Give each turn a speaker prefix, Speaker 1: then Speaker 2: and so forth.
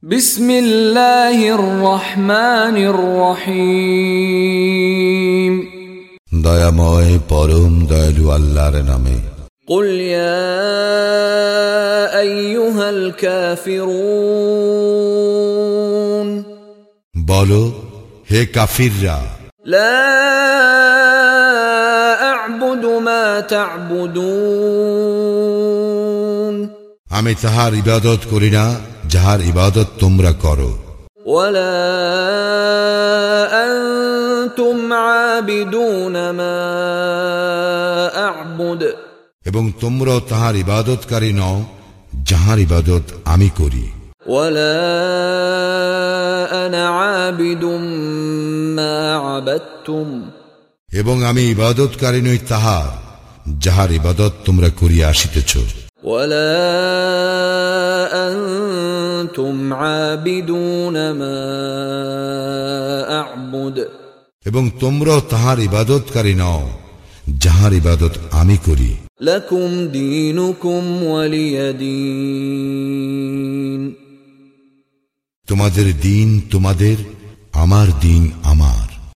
Speaker 1: بسم الله الرحمن الرحيم
Speaker 2: দয়াময় পরম দয়ালু আল্লাহর নামে
Speaker 1: قل يا أيها الكافرون
Speaker 2: বলো হে কাফিররা
Speaker 1: لا أعبد ما تعبدون
Speaker 2: আমি তাহার ইবাদত করি না যাহার ইবাদত তোমরা করো
Speaker 1: ولا أنتم عابدون ما أعبد
Speaker 2: এবং তোমরাও তাহার ইবাদতকারী নও যাহার ইবাদত আমি করি
Speaker 1: ولا أنا عابد ما عبدتم
Speaker 2: এবং আমি ইবাদতকারী নই তাহার যাহার ইবাদত তোমরা করিয়া আসিতেছ
Speaker 1: ولا أنتم عابدون ما أعبد
Speaker 2: এবং তোমরাও তাহার ইবাদতকারী নও যাহার ইবাদত আমি করি
Speaker 1: لكم دينكم ولي دين
Speaker 2: তোমাদের দিন তোমাদের আমার দিন আমার